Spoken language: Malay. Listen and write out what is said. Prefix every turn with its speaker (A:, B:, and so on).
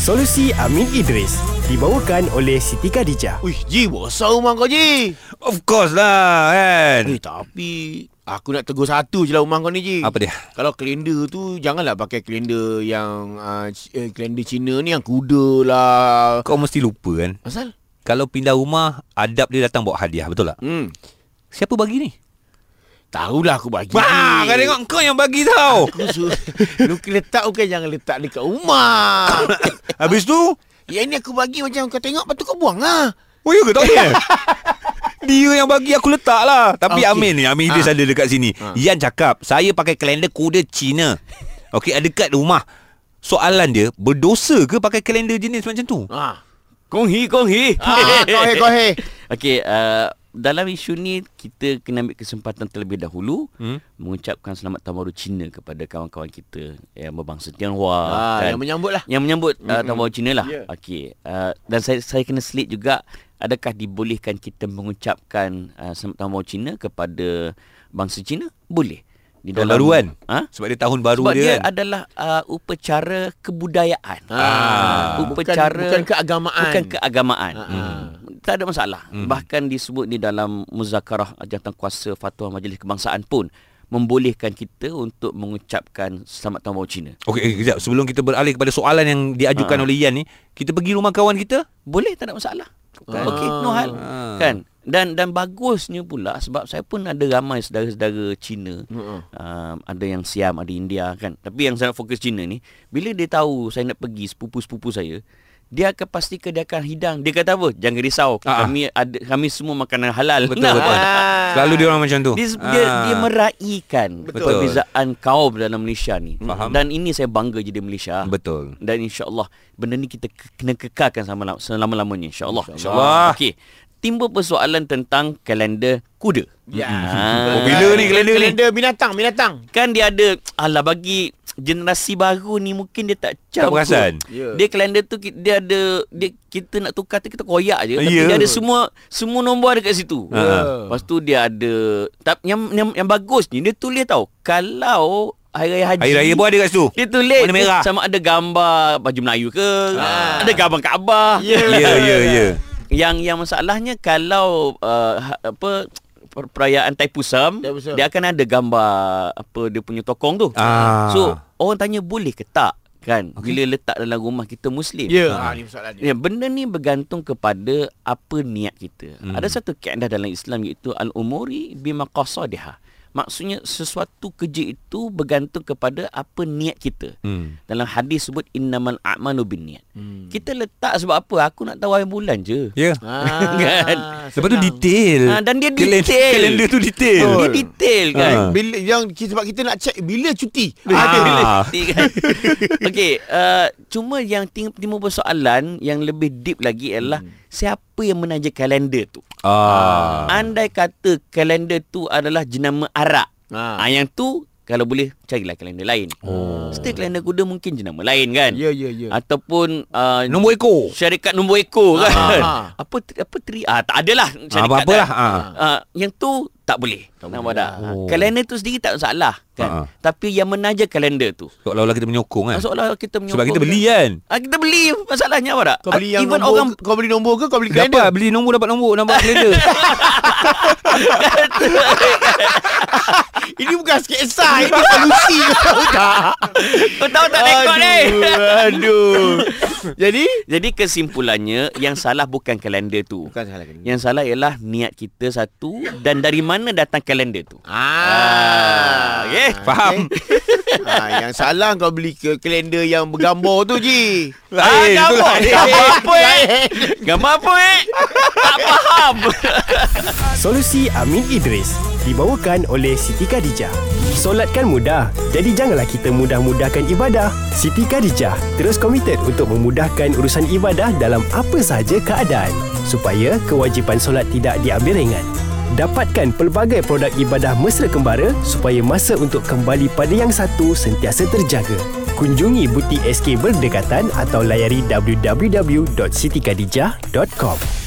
A: Solusi Amin Idris dibawakan oleh Siti Khadijah.
B: Uish, Ji, besar rumah kau, Ji.
C: Of course lah kan.
B: Eh, tapi aku nak tegur satu je lah rumah kau ni, Ji.
C: Eh, Apa dia?
B: Kalau kalender tu, janganlah pakai kalender yang... Uh, eh, kalender Cina ni yang kuda lah.
C: Kau mesti lupa kan.
B: Asal?
C: Kalau pindah rumah, adab dia datang bawa hadiah, betul tak?
B: Hmm.
C: Siapa bagi ni?
B: Tahulah aku bagi.
C: Wah, kau tengok kau yang bagi tau.
B: Aku suruh Luki letak bukan jangan letak dekat rumah
C: Habis tu,
B: Yang ni aku bagi macam kau tengok Lepas tu kau buang lah
C: oh ya ke tak boleh? Dia yang bagi aku letak lah Tapi
B: Okey.
C: okay. Amin ni Amin Idris
B: Ah.
C: ada dekat sini
B: Ah.
C: Ian cakap Saya pakai kalender kuda Cina Okey ada dekat rumah Soalan dia Berdosa ke pakai kalender jenis macam tu?
B: ha.
D: Kong hi, kong hi.
B: ha kau hei, kau hei
D: Ah. Okey, uh, dalam isu ni kita kena ambil kesempatan terlebih dahulu
C: Hmm?
D: mengucapkan selamat tahun baru Cina kepada kawan-kawan kita yang berbangsa Tionghoa
B: ha,
D: kan?
B: Yang menyambut lah
D: yang menyambut uh, tahun baru Cina lah.
B: Ya.
D: Okey. Uh, dan saya saya kena selit juga adakah dibolehkan kita mengucapkan uh, selamat tahun baru Cina kepada bangsa Cina? Boleh. Di
C: Tahun baru kan?
D: Ha?
A: Ah.
C: Sebab dia tahun baru
D: Sebab
C: dia,
D: dia,
C: kan?
D: adalah uh, upacara kebudayaan.
B: Ah.
D: upacara
B: Bukan- bukan keagamaan.
D: Bukan keagamaan.
B: Ah.
D: Hmm. Tak ada masalah. Hmm. Bahkan disebut di dalam muzakarah jawatankuasa fatwa majlis kebangsaan pun membolehkan kita untuk mengucapkan selamat tahun baru Cina.
C: Okey, okay, kejap. Sebelum kita beralih kepada soalan yang diajukan
D: Ah.
C: oleh Ian ni, kita pergi rumah kawan kita.
D: Boleh tak ada masalah.
B: Ah.
D: Kan? Okey, no hal.
C: Ah.
D: Kan? Dan dan bagusnya pula sebab saya pun ada ramai saudara-saudara Cina.
B: Mm-mm.
D: Um, ada yang Siam, ada India kan. Tapi yang saya nak fokus Cina ni, bila dia tahu saya nak pergi sepupu-sepupu saya, dia akan pastikan dia akan hidang. Dia kata apa? Jangan risau.
C: Ah, ah.
D: Kami ada kami semua makanan halal.
C: Betul, betul. Selalu dia orang macam tu.
D: Ah.
C: Ah,
D: Dia, dia, dia meraikan
C: Betul.
D: perbezaan kaum dalam Malaysia ni.
C: Faham.
D: Dan ini saya bangga jadi Malaysia.
C: Betul.
D: Dan insyaAllah benda ni kita ke- kena kekalkan sama la- selama-lamanya insyaAllah.
C: InsyaAllah.
D: Okey. Timbul persoalan tentang kalender kuda.
B: Ya.
D: Ah.
C: Popular ni kalender ni.
B: Kalender binatang, binatang.
D: Kan dia ada Alah bagi Generasi baru ni Mungkin dia tak
C: Tak
D: campur
C: perasan.
B: Ya.
D: Dia kalender tu ki- Dia ada dia, Kita nak tukar tu Kita koyak je Tapi
C: Ya.
D: dia ada semua Semua nombor ada kat situ
B: Ya.
C: Ha.
D: Lepas tu dia ada tak, yang, yang, yang bagus ni Dia tulis tau Kalau Hari Raya Haji
C: Hari Raya pun ada kat situ.
D: dia tulis
C: Warna merah.
D: Sama ada gambar Baju Melayu ke
B: Ah.
D: Ada gambar Kaabah
B: Ya.
C: Ya, ya, ya.
D: Yang yang masalahnya Kalau uh, ha- Apa per- Perayaan Taipusam
B: Taipusam.
D: Dia akan ada gambar Apa dia punya tokong tu
C: Ah.
D: So orang tanya boleh ke tak Kan okay. Bila letak dalam rumah kita Muslim
B: Ya. Ha, ni persoalan ni.
D: Ya, benda ni bergantung kepada apa niat kita. Hmm. Ada satu kaedah dalam Islam iaitu al-umuri bimaqasadiha. Maksudnya sesuatu kerja itu bergantung kepada apa niat kita.
C: Hmm.
D: Dalam hadis sebut innamal a'malu binniyat. Kita letak sebab apa? Aku nak tahu hari bulan je.
C: Ya.
B: Ah,
D: Kan?
C: Lepas tu
B: senang.
C: detail.
D: Ah, dan dia
C: Kalen-
D: detail.
C: Kalender tu detail.
D: Dia detail kan.
C: Ah.
B: Bila yang kita- sebab kita nak check bila cuti.
C: Ah.
D: Nanti kan Okey uh, Cuma yang ting- timbul persoalan Yang lebih deep lagi adalah hmm. Siapa yang menaja kalender tu
C: Ah.
D: Andai kata kalender tu adalah jenama arak.
B: Ha.
D: Ha. yang tu kalau boleh carilah kalender lain. Oh. Still kalender kuda mungkin jenama lain kan.
B: Ya, ya, ya.
D: Ataupun uh,
C: Nombor ekor.
D: syarikat nombor ekor kan.
B: Ha.
D: Apa tri- apa tri ah tak adalah
C: Ah,
D: syarikat.
C: apa-apalah.
D: kan.
C: Ah.
D: Ah, yang tu tak boleh. Tak Nampak tak? Oh. Kalender tu sendiri tak salah
C: Ah.
D: kan. Tapi yang menaja kalender tu.
C: Seolah-olah kita menyokong kan.
D: Masalah kita Ah, menyokong.
C: Sebab kita beli kan.
D: Ah, kita beli masalahnya apa tak?
B: Kau beli yang
D: Ah, Even
B: nombor,
D: orang
B: kau beli nombor ke kau beli
C: Dapat
B: kalender?
C: beli nombor dapat nombor nombor kalender.
B: Ini bukan sketsa, ini solusi kau tak.
D: Kau Oh, tahu tak rekod ni?
B: Aduh. Jadi
D: Jadi kesimpulannya yang salah bukan kalender tu.
B: bukan salah kalender.
D: Yang salah ialah niat kita satu dan dari mana datang kalender tu.
B: Ah,
D: okey.
C: Faham?
B: ah, yang salah kau beli ke kalender yang bergambar tu ji.
C: Lain, tu
D: gambar,
C: lain.
D: gambar apa Ah, eh? Gambar apa eh? tak faham.
A: Solusi Amin Idris dibawakan oleh Siti Khadijah. Solat kan mudah, jadi janganlah kita mudah-mudahkan ibadah. Siti Khadijah terus komited untuk memudahkan urusan ibadah dalam apa sahaja keadaan supaya kewajipan solat tidak diambil ringan. Dapatkan pelbagai produk ibadah mesra kembara supaya masa untuk kembali pada yang satu sentiasa terjaga. Kunjungi butik SK berdekatan atau layari www.sitikadijah.com.